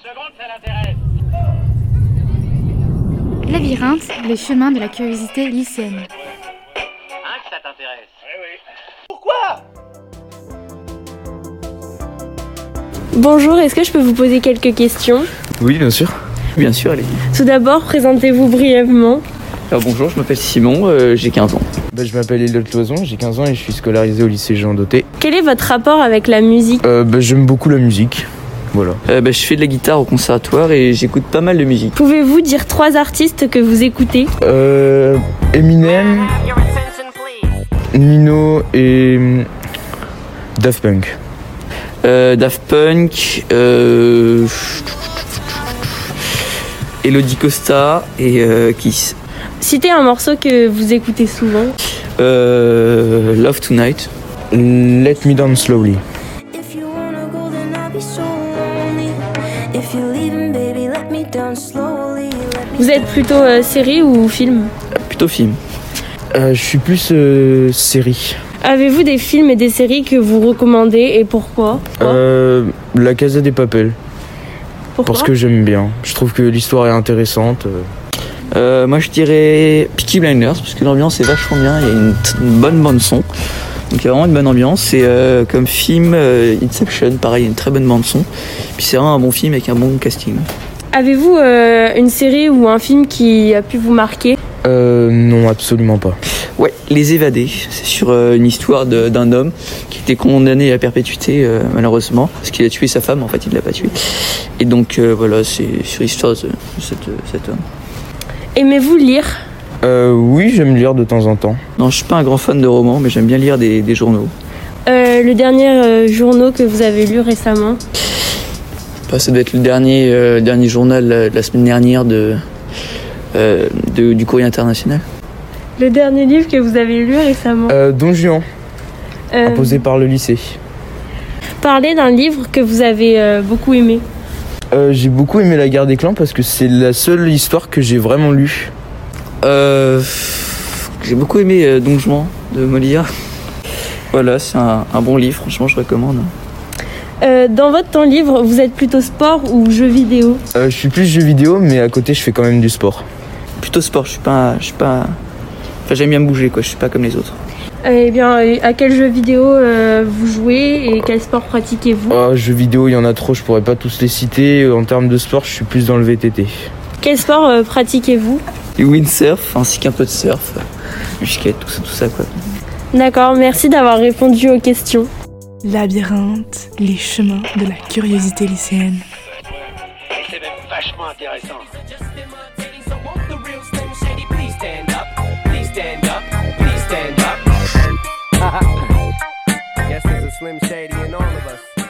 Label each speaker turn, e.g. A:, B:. A: secondes, ça l'intéresse.
B: Labyrinthe, les chemins de la curiosité lycéenne.
A: Hein, que ça t'intéresse Oui, oui.
C: Bonjour, est-ce que je peux vous poser quelques questions
D: Oui, bien sûr.
E: Bien sûr, allez.
C: Tout d'abord, présentez-vous brièvement.
E: Alors, bonjour, je m'appelle Simon, euh, j'ai 15 ans.
D: Bah, je m'appelle Elliot Cloison, j'ai 15 ans et je suis scolarisé au lycée Jean Doté.
C: Quel est votre rapport avec la musique
D: Euh, bah, J'aime beaucoup la musique. Voilà.
E: Euh, bah, je fais de la guitare au conservatoire et j'écoute pas mal de musique.
C: Pouvez-vous dire trois artistes que vous écoutez
D: Euh, Eminem, Nino et hum, Daft Punk.
E: Euh, Daft Punk, euh... Elodie Costa et euh, Kiss.
C: Citez un morceau que vous écoutez souvent.
E: Euh, Love Tonight.
D: Let Me Down Slowly.
F: If you wanna go, then I'll be so lonely. If you're leaving, baby, let me down slowly. Let me
C: Vous êtes plutôt euh, série ou film
E: Plutôt film.
D: Euh, je suis plus euh, série.
C: Avez-vous des films et des séries que vous recommandez et pourquoi
D: Euh, la Casa des Papels,
C: Pourquoi
D: parce que j'aime bien. Je trouve que l'histoire est intéressante. euh.
E: Euh, moi, je dirais Peaky Blinders, parce que l'ambiance est vachement bien, il y a une, t- une bonne bande son. Donc, il y a vraiment une bonne ambiance. Et euh, comme film, euh, Inception, pareil, il y a une très bonne bande son. Puis c'est vraiment un bon film avec un bon casting.
C: Avez-vous euh, une série ou un film qui a pu vous marquer
D: Euh, non, absolument pas.
E: Ouais, Les Évadés, c'est sur euh, une histoire de- d'un homme qui était condamné à perpétuité, euh, malheureusement, parce qu'il a tué sa femme, en fait, il l'a pas tué. Et donc, euh, voilà, c'est sur l'histoire de cet, cet homme.
C: Aimez-vous lire
D: Euh, oui, j'aime lire de temps en temps.
E: Non, je suis pas un grand fan de romans, mais j'aime bien lire des, des journaux.
C: Euh, le dernier euh, journaux que vous avez lu récemment
E: Bah, ça doit être le dernier, euh, dernier journal euh, de la semaine dernière de, euh, de- du courrier international.
C: Le dernier livre que vous avez lu récemment
D: Euh, Don Juan,
C: Euh,
D: imposé par le lycée.
C: Parlez d'un livre que vous avez euh, beaucoup aimé.
D: Euh, j'ai beaucoup aimé La guerre des clans parce que c'est la seule histoire que j'ai vraiment lue.
E: Euh, J'ai beaucoup aimé euh, Don Juan de Molière. Voilà, c'est un, un bon livre, franchement, je recommande.
C: Euh, dans votre temps libre, vous êtes plutôt sport ou jeux vidéo
D: Euh, je suis plus jeu vidéo, mais à côté, je fais quand même du sport.
E: plutôt sport. Je suis pas, je suis pas. Enfin, j'aime bien me bouger, quoi. Je suis pas comme les autres.
C: Euh, Eh bien, euh, à quel jeu vidéo euh, vous jouez et quel sport pratiquez-vous
D: Ah, jeux vidéo, il y en a trop, je pourrais pas tous les citer. Euh, En termes de sport, je suis plus dans le VTT.
C: Quel sport euh, pratiquez-vous
E: Du windsurf ainsi qu'un peu de surf, euh, du skate, tout ça, tout ça, quoi.
C: D'accord, merci d'avoir répondu aux questions.
G: Labyrinthe, les chemins de la curiosité lycéenne.
A: C'est même vachement intéressant.
H: Guess there's a Slim Shady in all of us.